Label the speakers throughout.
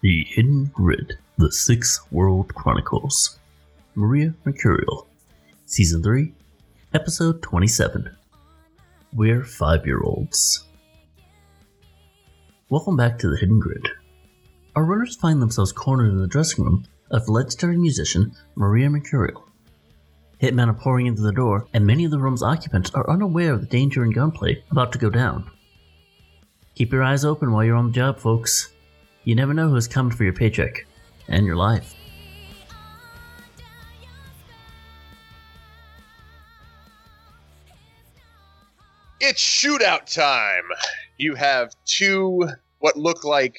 Speaker 1: The Hidden Grid, The Six World Chronicles. Maria Mercurial, Season 3, Episode 27. We're Five Year Olds. Welcome back to The Hidden Grid. Our runners find themselves cornered in the dressing room of legendary musician Maria Mercurial. Hitmen are pouring into the door, and many of the room's occupants are unaware of the danger and gunplay about to go down. Keep your eyes open while you're on the job, folks. You never know who's coming for your paycheck and your life.
Speaker 2: It's shootout time. You have two what look like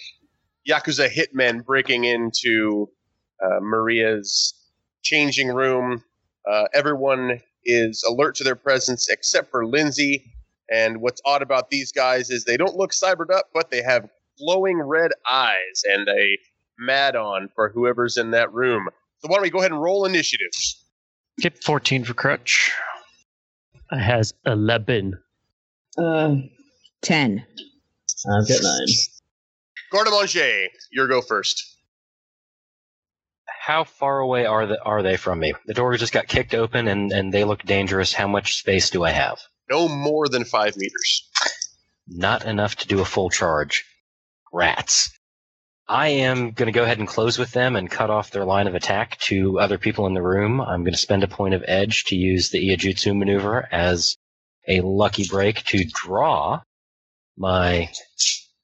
Speaker 2: yakuza hitmen breaking into uh, Maria's changing room. Uh, everyone is alert to their presence except for Lindsay. And what's odd about these guys is they don't look cybered up, but they have glowing red eyes and a mad on for whoever's in that room. So why don't we go ahead and roll initiatives?
Speaker 3: Get 14 for crutch.
Speaker 4: I has 11.
Speaker 5: Uh, 10.
Speaker 6: I've got nine.
Speaker 2: Gardemanger, your go first.
Speaker 3: How far away are the, are they from me? The door just got kicked open and, and they look dangerous. How much space do I have?
Speaker 2: No more than five meters.
Speaker 3: Not enough to do a full charge. Rats. I am going to go ahead and close with them and cut off their line of attack to other people in the room. I'm going to spend a point of edge to use the Iajutsu maneuver as a lucky break to draw my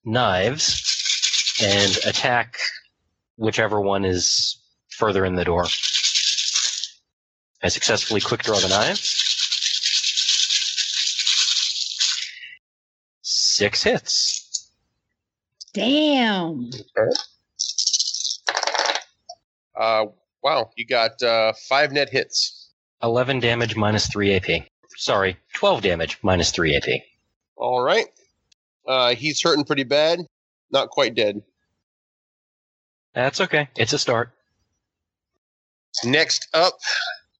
Speaker 3: knives and attack whichever one is further in the door. I successfully quick draw the knives. Six hits.
Speaker 5: Damn.
Speaker 2: Uh, wow, you got uh, five net hits.
Speaker 3: 11 damage minus 3 AP. Sorry, 12 damage minus 3 AP.
Speaker 2: All right. Uh, he's hurting pretty bad. Not quite dead.
Speaker 3: That's okay. It's a start.
Speaker 2: Next up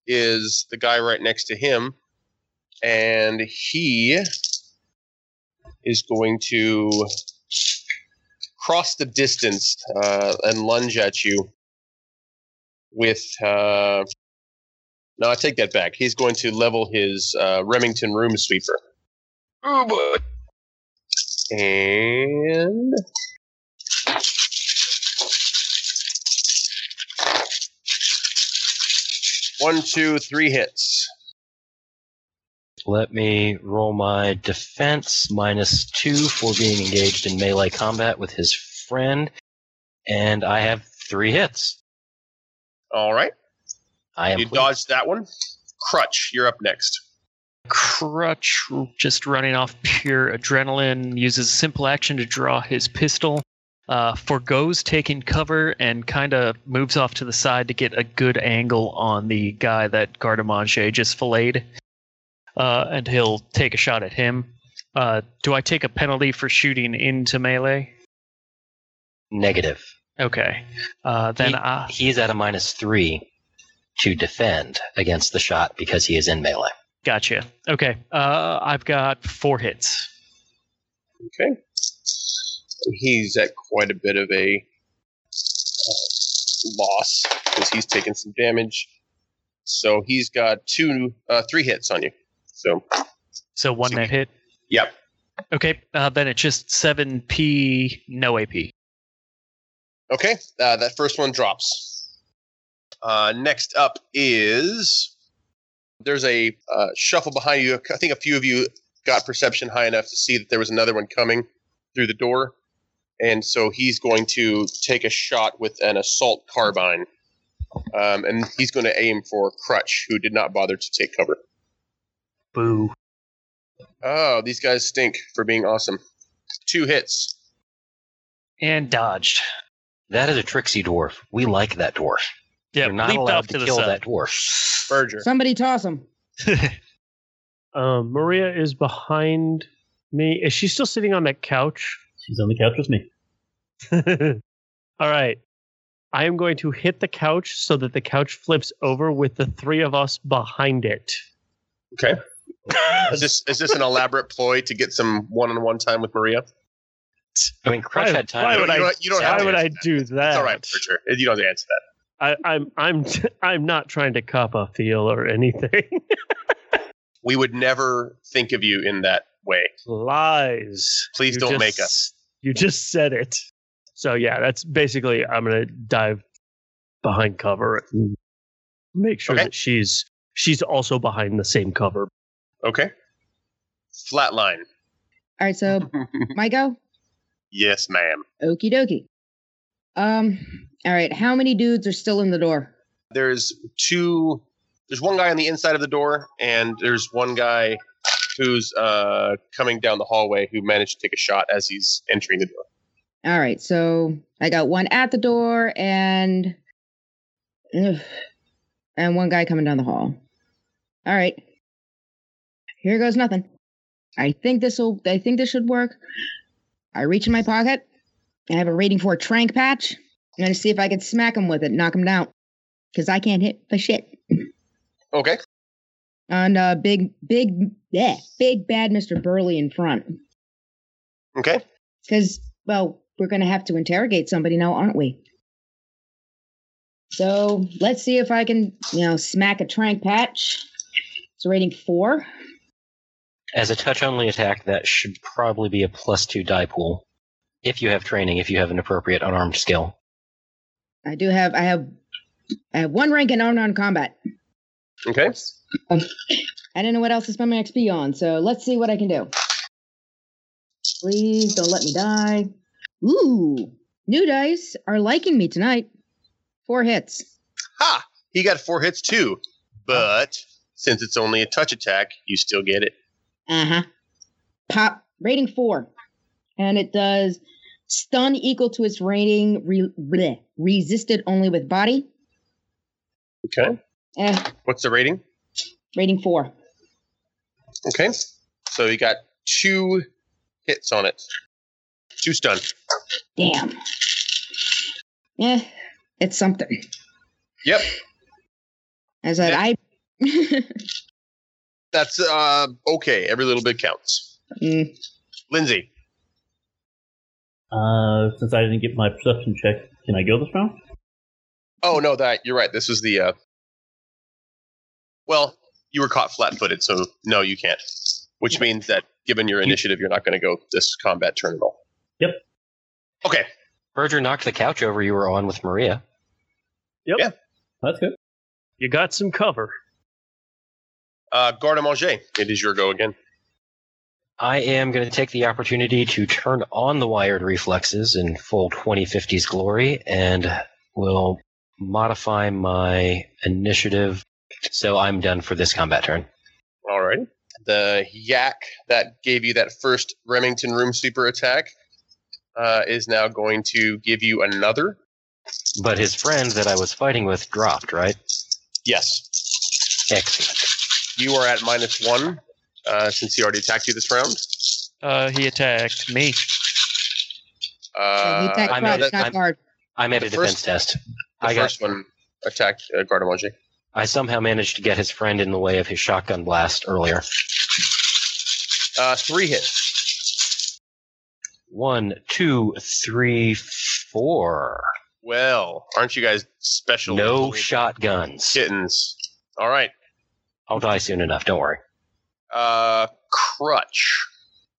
Speaker 2: is the guy right next to him, and he is going to cross the distance uh, and lunge at you with. Uh, no, I take that back. He's going to level his uh, Remington Room Sweeper.
Speaker 3: Oh boy.
Speaker 2: And. One, two, three hits.
Speaker 3: Let me roll my defense minus two for being engaged in melee combat with his friend. And I have three hits.
Speaker 2: All right.
Speaker 3: I am
Speaker 2: You
Speaker 3: pleased.
Speaker 2: dodged that one. Crutch, you're up next.
Speaker 4: Crutch, just running off pure adrenaline, uses a simple action to draw his pistol, uh, forgoes taking cover, and kind of moves off to the side to get a good angle on the guy that Gardamanche just filleted. Uh, and he'll take a shot at him. Uh, do I take a penalty for shooting into melee?
Speaker 3: negative.
Speaker 4: Okay. Uh, then
Speaker 3: He-
Speaker 4: I.
Speaker 3: He's at a minus three to defend against the shot because he is in melee.
Speaker 4: Gotcha. Okay. Uh, I've got four hits.
Speaker 2: Okay. He's at quite a bit of a uh, loss because he's taken some damage. So he's got two, uh, three hits on you. So
Speaker 4: So one net hit.
Speaker 2: Yep.
Speaker 4: Okay. Uh, then it's just 7p, no AP.
Speaker 2: okay, uh, that first one drops. Uh, next up is there's a uh, shuffle behind you. I think a few of you got perception high enough to see that there was another one coming through the door, and so he's going to take a shot with an assault carbine, um, and he's going to aim for Crutch, who did not bother to take cover.
Speaker 4: Boo.
Speaker 2: Oh, these guys stink for being awesome. Two hits.
Speaker 4: And dodged.
Speaker 3: That is a tricksy dwarf. We like that dwarf.
Speaker 4: Yeah,
Speaker 3: You're not
Speaker 4: leaped
Speaker 3: allowed
Speaker 4: off
Speaker 3: to,
Speaker 4: to, the
Speaker 3: kill
Speaker 4: side.
Speaker 3: that dwarf.
Speaker 2: Berger.
Speaker 5: Somebody toss him.
Speaker 6: Um, Maria is behind me. Is she still sitting on that couch?
Speaker 1: She's on the couch with me.
Speaker 6: All right. I am going to hit the couch so that the couch flips over with the three of us behind it.
Speaker 2: Is this is this an elaborate ploy to get some one on one time with Maria?
Speaker 3: I mean, Crush
Speaker 6: Why-
Speaker 3: had time.
Speaker 6: why
Speaker 3: to-
Speaker 2: You
Speaker 6: would
Speaker 2: don't-
Speaker 6: I-
Speaker 2: you don't- you don't have
Speaker 6: Why
Speaker 2: to
Speaker 6: would I
Speaker 2: answer
Speaker 6: do
Speaker 2: that.
Speaker 6: that?
Speaker 2: It's all right, Richard. You don't have to answer that.
Speaker 6: I, I'm I'm I'm not trying to cop a feel or anything.
Speaker 2: We would never think of you in that way.
Speaker 6: Lies.
Speaker 2: Please don't make
Speaker 6: us. You just said it. So yeah, that's basically. I'm gonna dive behind cover and make sure
Speaker 2: Okay.
Speaker 6: that she's she's also behind the same cover.
Speaker 2: Okay. Flatline.
Speaker 5: All right, so my go.
Speaker 2: Yes, ma'am.
Speaker 5: Okie dokie. Um. All right. How many dudes are still in the door?
Speaker 2: There's two. There's one guy on the inside of the door, and there's one guy who's uh, coming down the hallway who managed to take a shot as he's entering the door.
Speaker 5: All right. So I got one at the door and ugh, and one guy coming down the hall. All right. Here goes nothing. I think this will. I think this should work. I reach in my pocket. I have a rating for a trank patch. I'm gonna see if I can smack him with it, knock him down, because I can't hit for shit.
Speaker 2: Okay.
Speaker 5: On uh, big, big, yeah, big bad Mr. Burley in front.
Speaker 2: Okay.
Speaker 5: Because, well, we're going to have to interrogate somebody now, aren't we? So let's see if I can, you know, smack a trank patch. It's rating four.
Speaker 3: As a touch only attack, that should probably be a plus two die pool. If you have training, if you have an appropriate unarmed skill.
Speaker 5: I do have, I have, I have one rank in unarmed combat.
Speaker 2: Okay.
Speaker 5: I don't know what else to spend my XP on, so let's see what I can do. Please don't let me die. Ooh, new dice are liking me tonight. Four hits.
Speaker 2: Ha! He got four hits too. But since it's only a touch attack, you still get it.
Speaker 5: Uh huh. Pop rating four, and it does stun equal to its rating. Re- bleh, resisted only with body.
Speaker 2: Okay.
Speaker 5: Eh,
Speaker 2: What's the rating?
Speaker 5: rating four.
Speaker 2: Okay. So he got two hits on it. Two stun.
Speaker 5: Damn. Yeah, it's something.
Speaker 2: Yep.
Speaker 5: As I, I
Speaker 2: That's uh okay. Every little bit counts.
Speaker 5: Mm,
Speaker 2: Lindsay.
Speaker 1: Uh, since I didn't get my perception check, can I go this round?
Speaker 2: Oh no, that you're right. This was the uh Well, you were caught flat footed, so no you can't. Which means that given your initiative you're not gonna go this combat turn at all.
Speaker 1: Yep.
Speaker 2: Okay.
Speaker 3: Berger knocked the couch over you were on with Maria.
Speaker 1: That's good.
Speaker 6: You got some cover.
Speaker 2: Uh garde à manger. It is your go again.
Speaker 3: I am going to take the opportunity to turn on the wired reflexes in full 2050's glory and will modify my initiative so I'm done for this combat turn.
Speaker 2: All right. The yak that gave you that first Remington room sweeper attack uh, is now going to give you another.
Speaker 3: But his friend that I was fighting with dropped, right?
Speaker 2: Yes.
Speaker 3: Excellent.
Speaker 2: You are at minus one uh, since he already attacked you this round.
Speaker 4: Uh, he attacked me.
Speaker 2: Uh,
Speaker 5: you attack
Speaker 2: I
Speaker 3: I'm
Speaker 2: know
Speaker 5: crouch,
Speaker 3: that-
Speaker 5: not
Speaker 3: I'm-
Speaker 5: guard.
Speaker 3: I made
Speaker 2: The
Speaker 3: a defense
Speaker 2: first-
Speaker 3: test.
Speaker 2: the
Speaker 3: I got
Speaker 2: first one attacked uh, Gardamoji.
Speaker 3: I somehow managed to get his friend in the way of his shotgun blast earlier.
Speaker 2: Uh, three hits.
Speaker 3: One, two, three, four.
Speaker 2: Well, aren't you guys special?
Speaker 3: No shotguns.
Speaker 2: Kittens. All right.
Speaker 3: I'll die soon enough. Don't worry.
Speaker 2: Uh, crutch.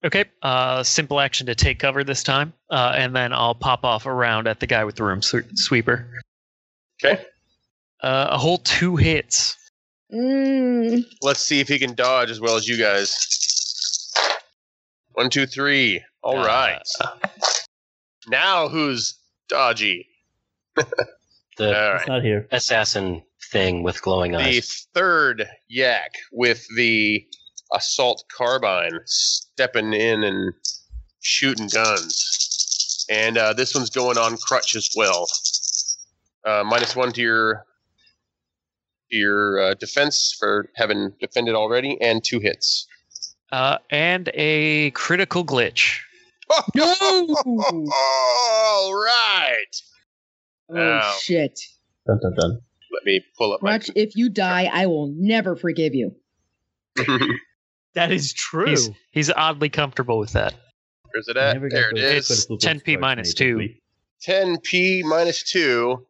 Speaker 4: Okay. Uh, simple action to take cover this time, uh, and then I'll pop off around at the guy with the room swe- sweeper.
Speaker 2: Okay.
Speaker 4: Uh, a whole two hits.
Speaker 5: Mm,
Speaker 2: Let's see if he can dodge as well as you guys. One, two, three. All
Speaker 4: Uh,
Speaker 2: right. Now who's dodgy?
Speaker 3: The
Speaker 6: Uh,
Speaker 2: All right.
Speaker 1: It's not here.
Speaker 3: assassin thing with glowing
Speaker 2: The
Speaker 3: eyes.
Speaker 2: third yak with the assault carbine stepping in and shooting guns. And uh, this one's going on crutch as well. Uh, minus one to your to your uh, defense for having defended already, and two hits.
Speaker 4: Uh, and a critical glitch.
Speaker 5: No!
Speaker 2: All right.
Speaker 5: oh
Speaker 2: Ow.
Speaker 5: shit!
Speaker 1: Dun dun dun.
Speaker 2: Let me pull up my.
Speaker 5: Crutch, if you die, I will never forgive you.
Speaker 6: That is true.
Speaker 4: He's, he's oddly comfortable with that.
Speaker 2: Where's it at?
Speaker 7: Never got
Speaker 2: There it
Speaker 7: those
Speaker 2: is.
Speaker 7: critical
Speaker 4: 10p
Speaker 7: strikes
Speaker 4: minus
Speaker 7: made this
Speaker 4: two.
Speaker 7: week.
Speaker 2: 10p minus 2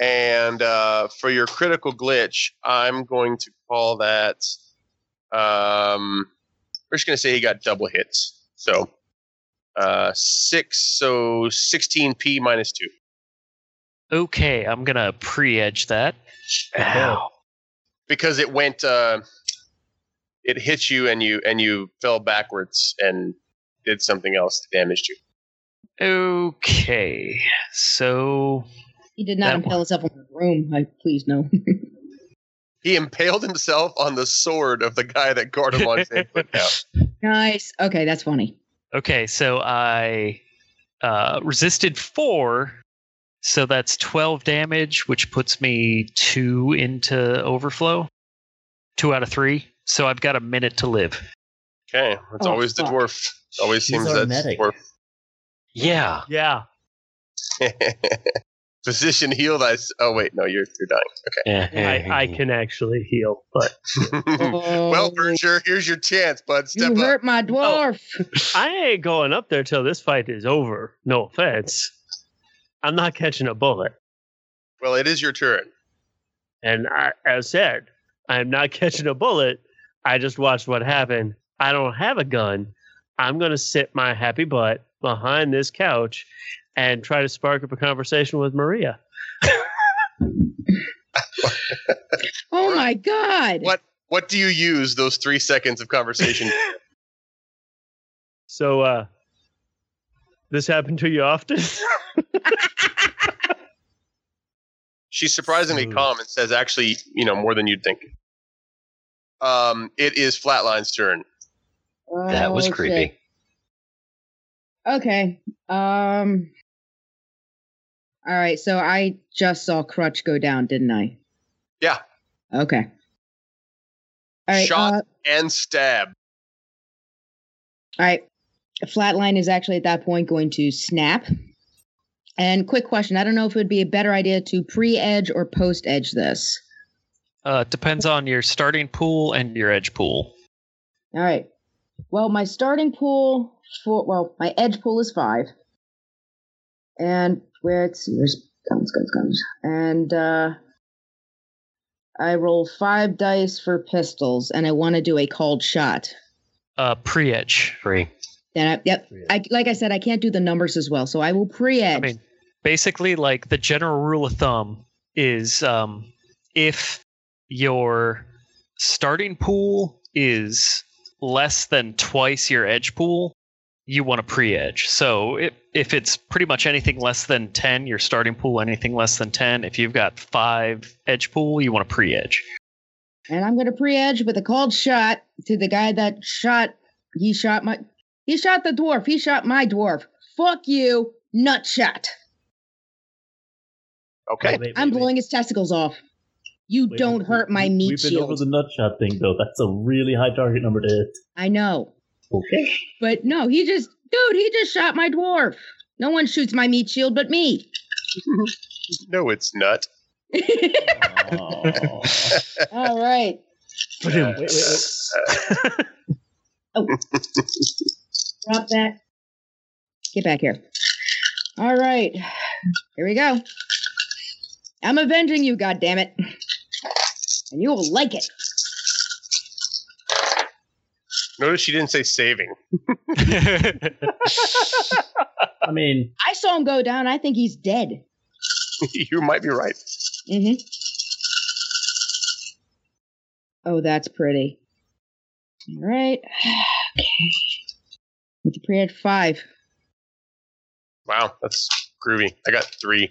Speaker 2: and uh, for your critical glitch i'm going to call that um, we're just going to say he got double hits so uh, 6 so 16p minus 2
Speaker 4: Okay, I'm gonna pre-edge that.
Speaker 3: Ow.
Speaker 2: because it went uh, it hit you and you and you fell backwards and did something else that damaged you
Speaker 4: Okay, so
Speaker 5: He did not
Speaker 4: That
Speaker 5: impale
Speaker 4: one.
Speaker 5: himself on the room. I please no.
Speaker 2: he impaled himself on the sword of the guy that Gardemont's hand put down.
Speaker 5: nice. Okay, that's funny.
Speaker 4: okay, so I uh, resisted four, so that's twelve damage, which puts me two into overflow, two out of three. So I've got a minute to live.
Speaker 2: Okay, that's
Speaker 5: Oh,
Speaker 2: always the
Speaker 5: fuck.
Speaker 2: dwarf. Always
Speaker 7: She's
Speaker 2: seems
Speaker 7: our
Speaker 2: that's
Speaker 7: medic.
Speaker 3: Yeah.
Speaker 6: Yeah.
Speaker 2: dwarf. Physician, heal thy. Oh wait, no, you're you're
Speaker 3: yeah.
Speaker 6: I, I
Speaker 3: eh,
Speaker 6: can actually heal, but
Speaker 2: dying. Mm-hmm. well, Berger, here's your chance, bud. Step
Speaker 5: Oh, you
Speaker 2: up. Oh.
Speaker 5: hurt my dwarf.
Speaker 6: I ain't going up there till this fight is over. No offense. I'm not catching a bullet.
Speaker 2: Well, it is your turn.
Speaker 6: And I, as said, I'm not catching a bullet. I just watched what happened. I don't have a gun. I'm going to sit my happy butt behind this couch and try to spark up a conversation with Maria.
Speaker 5: Oh my god.
Speaker 2: What? What do you use those three seconds of conversation?
Speaker 6: So, uh, this happened to you often?
Speaker 2: She's surprisingly
Speaker 6: Ooh.
Speaker 2: calm and says, "Actually, you know more than you'd think." Um, it is Flatline's turn.
Speaker 3: That was
Speaker 5: Oh, shit.
Speaker 3: creepy.
Speaker 5: Okay. Um. All right. So I just saw Crutch go down, didn't I?
Speaker 2: Yeah.
Speaker 5: Okay. All right.
Speaker 2: Shot.
Speaker 5: uh,
Speaker 2: And stab.
Speaker 5: all right. Flatline is actually at that point going to snap. And quick question: I don't know if it would be a better idea to pre-edge or post-edge this.
Speaker 4: Uh, depends on your starting pool and your edge pool.
Speaker 5: All right. Well, my starting pool for well, my edge pool is five, and where it's there's guns, guns, guns, and uh, I roll five dice for pistols, and I want to do a called shot.
Speaker 4: Uh, pre-edge.
Speaker 3: Free.
Speaker 5: Then I, yep,
Speaker 7: Three.
Speaker 5: I like I said, I can't do the numbers as well, so I will pre-edge.
Speaker 4: I mean, basically, like the general rule of thumb is um, if your starting pool is less than twice your edge pool, you want to pre edge. So if if it's pretty much anything less than 10, your starting pool, anything less than 10, if you've got five edge pool, you want to pre edge.
Speaker 5: and I'm going to pre-edge with a called shot to the guy that shot. He shot my. He shot the dwarf. He shot my dwarf. Fuck you, nut shot.
Speaker 2: Okay.
Speaker 7: Wait, wait,
Speaker 5: I'm
Speaker 7: wait.
Speaker 5: blowing his testicles off. You
Speaker 7: Wait,
Speaker 5: don't
Speaker 7: we-
Speaker 5: hurt
Speaker 7: we-
Speaker 5: my meat
Speaker 7: We've been
Speaker 5: shield.
Speaker 7: over the nutshot thing though. That's a really high target number to hit.
Speaker 5: I know.
Speaker 7: Okay.
Speaker 5: But no, he just dude, he just shot my dwarf. No one shoots my meat shield but me.
Speaker 2: No, it's not.
Speaker 7: Aw.
Speaker 5: All right.
Speaker 7: wait, wait, wait.
Speaker 5: Drop that. Get back here. All right. Here we go. I'm avenging you, goddammit. And you will like it.
Speaker 2: Notice she didn't say saving.
Speaker 7: I mean,
Speaker 5: I saw him go down. I think he's dead.
Speaker 2: you might be right.
Speaker 5: Mm-hmm. Oh, that's pretty. All right. okay. It's pre at five.
Speaker 2: Wow, that's groovy. I got three.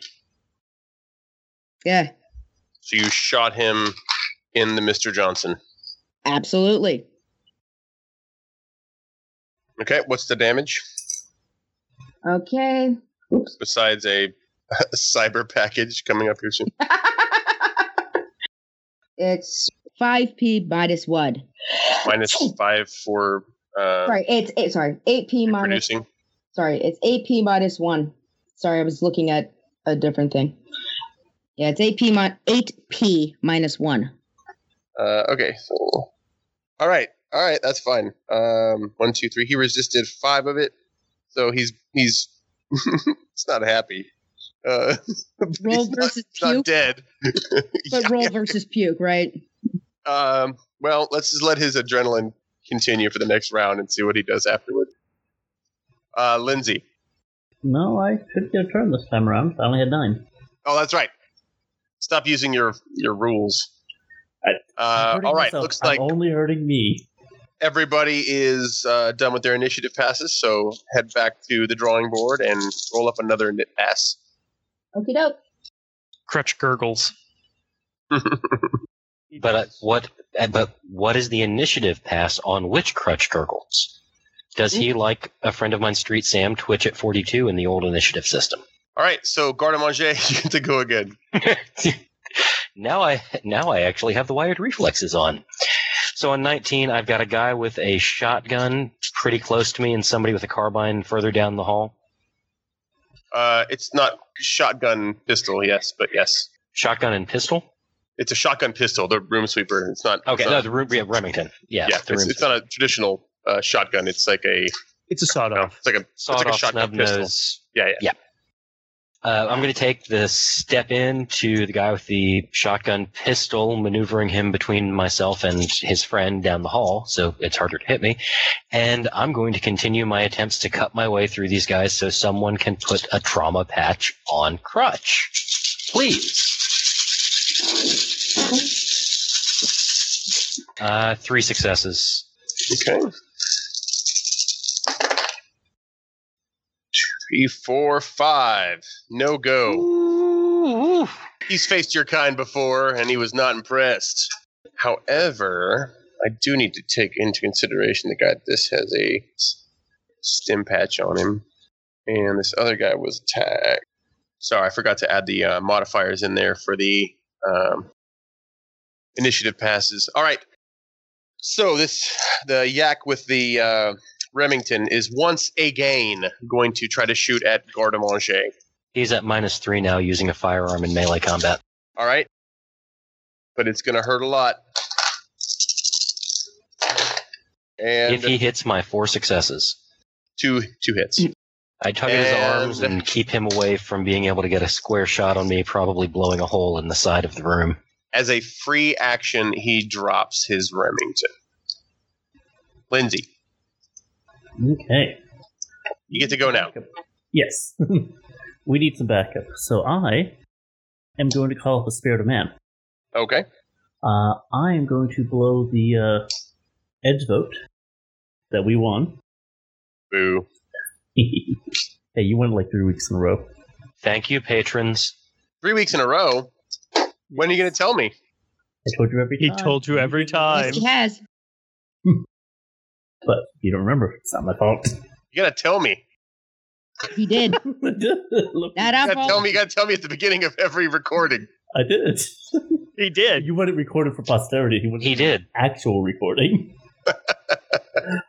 Speaker 5: Yeah,
Speaker 2: So you shot him in the Mr. Johnson.
Speaker 5: absolutely.
Speaker 2: Okay, what's the damage
Speaker 5: Okay.
Speaker 2: besides a, a cyber package coming up here soon?
Speaker 5: it's 5p minus 1.
Speaker 2: Minus five for uh,
Speaker 5: Sorry, it's eight, sorry, 8p minus
Speaker 2: reproducing.
Speaker 5: sorry, it's 8p minus 1. Sorry, I was looking at a different thing. Yeah, it's 8p mon- 8p minus 1.
Speaker 2: Uh, okay, so all right, all right, that's fine. Um, one, two, three. He resisted five of it, so he's he's it's not happy. Uh, but
Speaker 5: Roll
Speaker 2: he's not-
Speaker 5: versus
Speaker 2: he's not
Speaker 5: puke,
Speaker 2: dead.
Speaker 5: but roll versus puke, right?
Speaker 2: Um, well, let's just let his adrenaline continue for the next round and see what he does afterward. Uh, Lindsay.
Speaker 1: No, I could get a turn this time around. I only had nine.
Speaker 2: Oh, that's right. Stop using your your rules.
Speaker 1: I-
Speaker 2: Uh,
Speaker 1: Hurting
Speaker 2: all right.
Speaker 1: myself.
Speaker 2: Looks
Speaker 1: I'm
Speaker 2: like
Speaker 1: only hurting me.
Speaker 2: everybody is uh, done with their initiative passes, so head back to the drawing board and roll up another knit pass.
Speaker 5: Okie doke.
Speaker 8: Crutch gurgles.
Speaker 3: But uh, what? uh, But what is the initiative pass on which crutch gurgles? Does he like a friend of mine, Street Sam, twitch at 42 in the old initiative system?
Speaker 2: All right. So, Garde Manger, you get to go again.
Speaker 3: now I now I actually have the wired reflexes on. So on 19, I've got a guy with a shotgun pretty close to me, and somebody with a carbine further down the hall.
Speaker 2: Uh, it's not shotgun pistol, yes, but yes,
Speaker 3: Shotgun and pistol.
Speaker 2: it's a shotgun pistol. The room sweeper. It's not.
Speaker 3: Okay,
Speaker 2: it's
Speaker 3: no,
Speaker 2: not,
Speaker 3: the room, yeah, Remington. Yeah,
Speaker 2: yeah,
Speaker 3: the
Speaker 2: it's,
Speaker 3: room-
Speaker 2: it's not a traditional uh, shotgun. It's like a.
Speaker 4: It's a sawed off.
Speaker 2: It's like a.
Speaker 3: sawed
Speaker 2: like a
Speaker 3: off
Speaker 2: shotgun
Speaker 3: snub
Speaker 2: pistol.
Speaker 3: nose.
Speaker 2: Yeah, yeah.
Speaker 3: Uh, I'm going to take the step in to the guy with the shotgun pistol, maneuvering him between myself and his friend down the hall, so it's harder to hit me. And I'm going to continue my attempts to cut my way through these guys so someone can put a trauma patch on Crutch. Please. Uh, three successes.
Speaker 2: Okay. Three, four, five. No go.
Speaker 3: Ooh.
Speaker 2: He's faced your kind before, and he was not impressed. However, I do need to take into consideration the guy. This has a s- stim patch on him, and this other guy was attacked. Sorry, I forgot to add the uh, modifiers in there for the um, initiative passes. All right. So this the yak with the uh, Remington is once again going to try to shoot at Gardemanger.
Speaker 3: He's at minus three now using a firearm in melee combat.
Speaker 2: All right. But it's going to hurt a lot. And
Speaker 3: if he hits my four successes,
Speaker 2: two two hits.
Speaker 3: I tug at his
Speaker 2: And-
Speaker 3: arms and keep him away from being able to get a square shot on me, probably blowing a hole in the side of the room.
Speaker 2: As a free action, he drops his Remington. Lindsay,
Speaker 1: Okay.
Speaker 2: you get to go now.
Speaker 1: Yes. we need some backup. So I am going to call up the spirit of man.
Speaker 2: Okay.
Speaker 1: Uh, I am going to blow the uh, edge vote that we won.
Speaker 2: Boo.
Speaker 1: hey, you won like three weeks in a row.
Speaker 3: Thank you, patrons.
Speaker 2: Three weeks in a row. When are you going to tell me?
Speaker 1: I told you every
Speaker 4: He
Speaker 1: time.
Speaker 4: told you every time.
Speaker 5: Yes, he has.
Speaker 1: But you don't remember. It's not my fault.
Speaker 2: You got to tell me.
Speaker 5: He did.
Speaker 1: Look,
Speaker 2: You
Speaker 5: Not our
Speaker 2: got to tell
Speaker 5: fault.
Speaker 2: me. You got to tell me at the beginning of every recording.
Speaker 1: I did.
Speaker 4: He did.
Speaker 1: you want it recorded for posterity. You want
Speaker 3: He did.
Speaker 1: actual recording.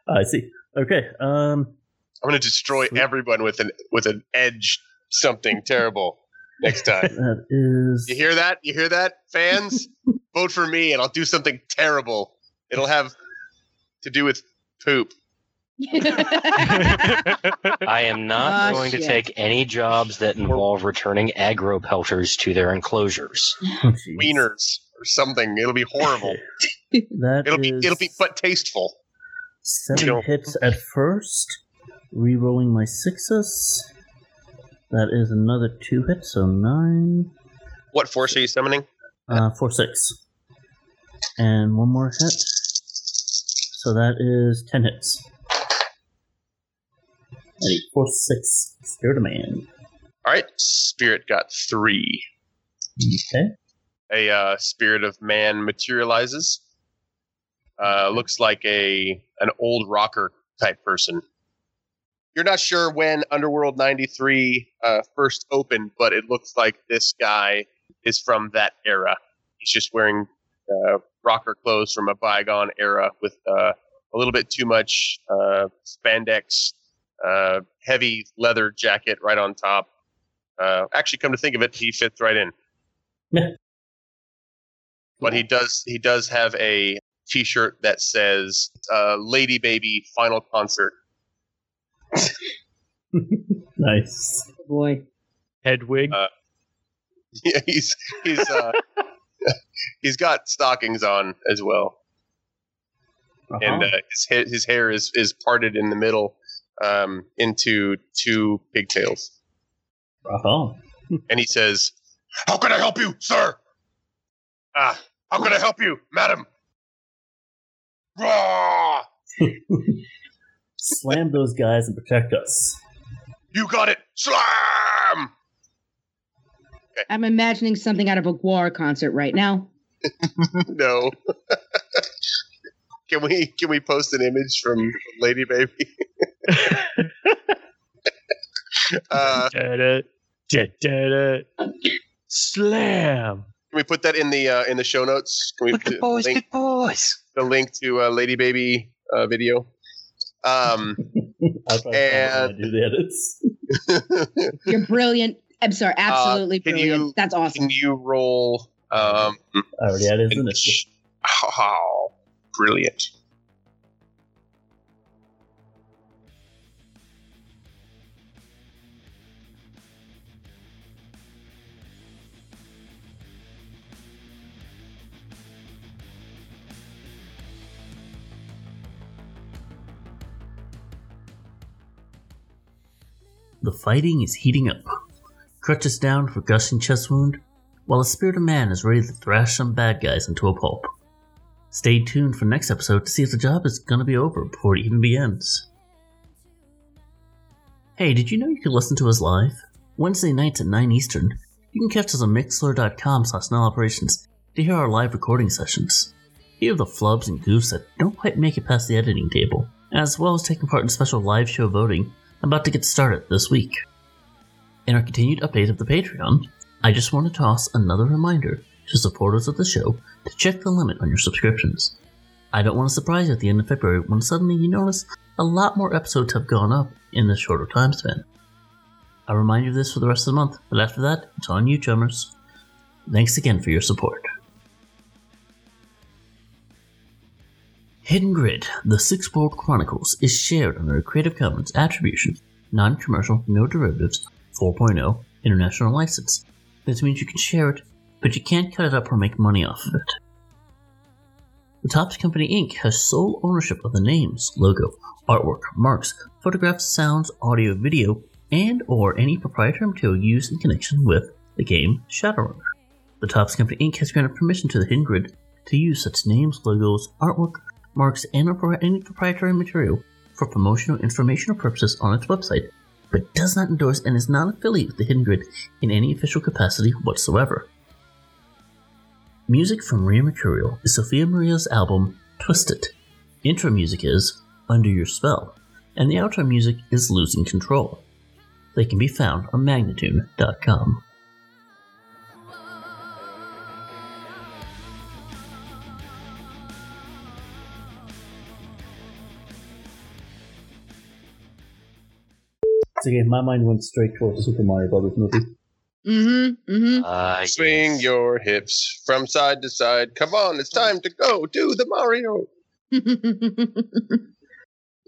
Speaker 1: I see. Okay. Um,
Speaker 2: I'm going to destroy
Speaker 1: Sweet.
Speaker 2: everyone with an with an edge something terrible next time.
Speaker 1: that is.
Speaker 2: You hear that? You hear that, fans? Vote for me, and I'll do something terrible. It'll have to do with poop.
Speaker 3: I am not
Speaker 5: Ah,
Speaker 3: going to
Speaker 5: shit.
Speaker 3: take any jobs that involve returning aggro pelters to their enclosures.
Speaker 1: Oh, jeez.
Speaker 2: Wieners or something. It'll be horrible.
Speaker 1: That
Speaker 2: It'll be
Speaker 1: is
Speaker 2: it'll be but tasteful.
Speaker 1: seven
Speaker 4: Kill.
Speaker 1: hits at first. Rerolling my sixes. That is another two hits, so nine,
Speaker 2: What force are you summoning?
Speaker 1: uh, four, six, and one more hit. So that is ten hits. Eight, four, six. Spirit of man.
Speaker 2: Alright. Spirit got three.
Speaker 1: Okay.
Speaker 2: A uh, spirit of man materializes. Uh, looks like a an old rocker type person. You're not sure when Underworld 93 uh, first opened, but it looks like this guy is from that era. He's just wearing uh, rocker clothes from a bygone era with uh, a little bit too much uh, spandex, uh, heavy leather jacket right on top. Uh, actually, come to think of it, he fits right in.
Speaker 1: Yeah.
Speaker 2: But he does he does have a T-shirt that says uh, "Lady Baby Final Concert."
Speaker 7: Nice.
Speaker 5: Oh boy.
Speaker 6: Hedwig.
Speaker 2: Uh, Yeah, he's he's uh, he's got stockings on as well,
Speaker 1: Uh-huh.
Speaker 2: and uh, his ha- his hair is is parted in the middle um, into two pigtails.
Speaker 7: Uh-huh.
Speaker 2: and he says, "How can I help you, sir? Ah, how can I help you, madam?" Rah!
Speaker 7: Slam those guys and protect us.
Speaker 2: You got it. Slam!
Speaker 5: I'm imagining something out of a Guar concert right now.
Speaker 2: No. can we can we post an image from Lady Baby? uh,
Speaker 6: Da-da, da-da-da. Slam.
Speaker 2: can we put that in the uh, in the show notes? Can we put- link,
Speaker 3: boys.
Speaker 2: the link to uh, Lady Baby uh, video? Um,
Speaker 7: I probably
Speaker 2: And-
Speaker 7: do the edits.
Speaker 5: You're brilliant. I'm sorry, absolutely
Speaker 2: Uh, can
Speaker 5: brilliant.
Speaker 2: you-
Speaker 5: That's
Speaker 2: can
Speaker 5: awesome.
Speaker 2: you roll um,
Speaker 7: I already added his initiative.
Speaker 2: Finish. Oh, brilliant.
Speaker 1: The fighting is heating up. Crutch is down for gushing chest wound, while a spirit of man is ready to thrash some bad guys into a pulp. Stay tuned for next episode to see if the job is gonna be over before it even begins. Hey, did you know you can listen to us live? Wednesday nights at 9 Eastern, you can catch us on mixler.com slash operations to hear our live recording sessions. Hear the flubs and goofs that don't quite make it past the editing table, as well as taking part in special live show voting about to get started this week. In our continued update of the Patreon, I just want to toss another reminder to supporters of the show to check the limit on your subscriptions. I don't want to surprise you at the end of February when suddenly you notice a lot more episodes have gone up in this shorter time span. I'll remind you of this for the rest of the month, but after that, it's on you, chummers. Thanks again for your support. Hidden Grid, The Six World Chronicles, is shared under a Creative Commons Attribution, Non Commercial, No Derivatives 4.0 International License. This means you can share it, but you can't cut it up or make money off of it. The Tops Company Inc. has sole ownership of the names, logo, artwork, marks, photographs, sounds, audio, video, and or any proprietary material used in connection with the game Shadowrunner. The Tops Company Inc. has granted permission to the Hidden Grid to use such names, logos, artwork, marks, and appro- any proprietary material for promotional informational purposes on its website, but does not endorse and is not affiliated with the Hidden Grid in any official capacity whatsoever. Music from Rhea Mercurial is Sophia Maria's album Twisted. Intro music is Under Your Spell, and the outro music is Losing Control. They can be found on magnitude.com.
Speaker 7: So again, my mind went straight towards the Super Mario Brothers movie.
Speaker 5: Mm-hmm. Mm-hmm.
Speaker 3: Uh,
Speaker 2: Swing
Speaker 3: yes.
Speaker 2: your hips from side to side. Come on, it's time to go do the Mario.
Speaker 5: mm-hmm.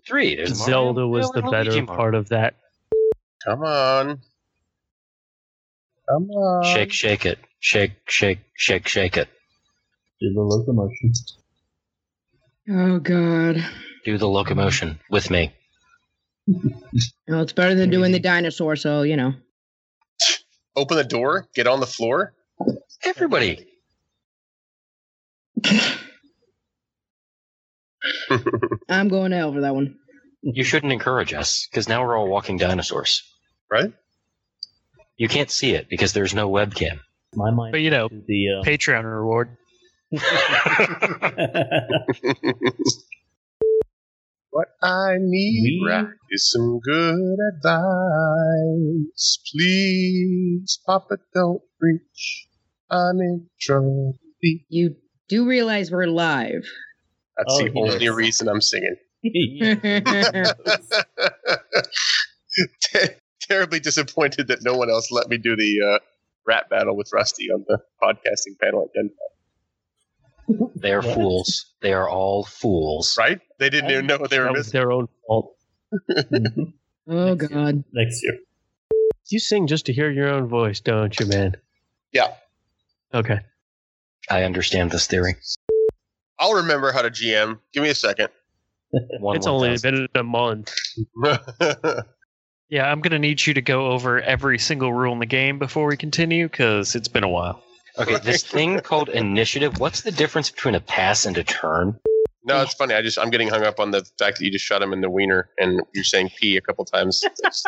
Speaker 3: three. There's Mario,
Speaker 6: Zelda was
Speaker 3: Mario,
Speaker 6: the
Speaker 3: and
Speaker 6: better
Speaker 3: Luigi Mario.
Speaker 6: part of that.
Speaker 2: Come on. Come on.
Speaker 3: Shake, shake it. Shake, shake, shake, shake it.
Speaker 7: Do the locomotion.
Speaker 5: oh God.
Speaker 3: Do the locomotion with me.
Speaker 5: Well, it's better than doing the dinosaur, so you know.
Speaker 2: Open the door. Get on the floor.
Speaker 3: Everybody.
Speaker 5: I'm going to over that one.
Speaker 3: You shouldn't encourage us because now we're all walking dinosaurs.
Speaker 2: Right.
Speaker 3: You can't see it because there's no webcam.
Speaker 7: My mind
Speaker 4: But you know,
Speaker 7: went to the um,
Speaker 4: Patreon reward.
Speaker 7: uh,
Speaker 2: what I need
Speaker 7: We-
Speaker 2: right, is some good advice. Please, Papa, don't preach. I'm in trouble.
Speaker 5: You do realize we're live.
Speaker 2: That's
Speaker 7: Oh,
Speaker 2: the
Speaker 7: he
Speaker 2: only
Speaker 7: knows.
Speaker 2: reason I'm singing.
Speaker 5: Oh,
Speaker 2: Ter- terribly disappointed that no one else let me do the uh, rap battle with Rusty on the podcasting panel at Denver.
Speaker 3: They are
Speaker 7: What?
Speaker 3: fools. They are all fools.
Speaker 2: Right? They didn't even know they were
Speaker 6: That was
Speaker 2: missing.
Speaker 6: their own fault.
Speaker 5: Oh
Speaker 1: Next year.
Speaker 5: god.
Speaker 1: next year.
Speaker 4: You sing just to hear your own voice, don't you, man?
Speaker 2: Yeah.
Speaker 4: Okay.
Speaker 3: I understand this theory.
Speaker 2: I'll remember how to GM. Give me a second.
Speaker 3: One
Speaker 4: it's only
Speaker 3: 1000.
Speaker 4: been a month.
Speaker 9: Yeah, I'm gonna need you to go over every single rule in the game before we continue, because it's been a while.
Speaker 3: Okay, this thing called initiative. What's the difference between a pass and a turn?
Speaker 2: no, it's funny. I just I'm getting hung up on the fact that you just shot him in the wiener and you're saying pee a couple times. That's-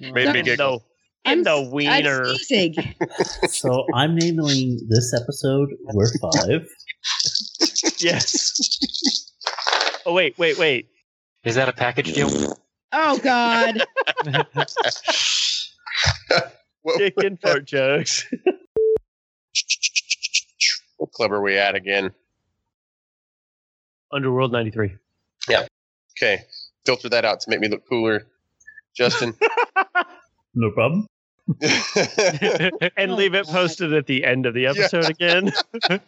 Speaker 2: Made me
Speaker 4: In
Speaker 2: giggle.
Speaker 4: the, in the wiener.
Speaker 5: I'm sneezing.
Speaker 1: So I'm naming this episode We're Five.
Speaker 4: Yes. oh wait, wait, wait.
Speaker 3: Is that a package deal?
Speaker 5: Oh god.
Speaker 2: What,
Speaker 4: Dick and fart jokes.
Speaker 2: what club are we at again?
Speaker 4: Underworld ninety three.
Speaker 2: Okay, filter that out to make me look cooler, Justin.
Speaker 1: No problem.
Speaker 4: And leave it posted at the end of the episode again.
Speaker 2: I,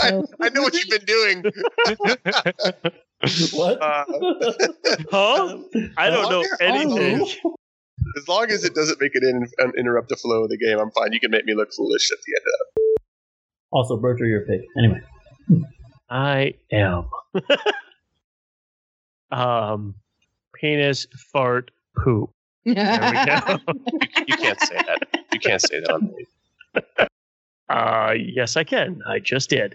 Speaker 2: I
Speaker 5: Oh,
Speaker 2: know what you've been doing.
Speaker 1: What?
Speaker 2: Uh,
Speaker 4: Huh? I don't know
Speaker 2: Where are
Speaker 4: anything.
Speaker 1: Oh.
Speaker 2: as long as it doesn't make it in, um, interrupt the flow of the game, I'm fine. You can make me look foolish at the end of
Speaker 1: Also, Berger, your pick. Anyway,
Speaker 4: I am. um penis fart poop. There we go.
Speaker 2: it. You can't say that. You can't say that. On
Speaker 4: Uh, yes, I can. I just did.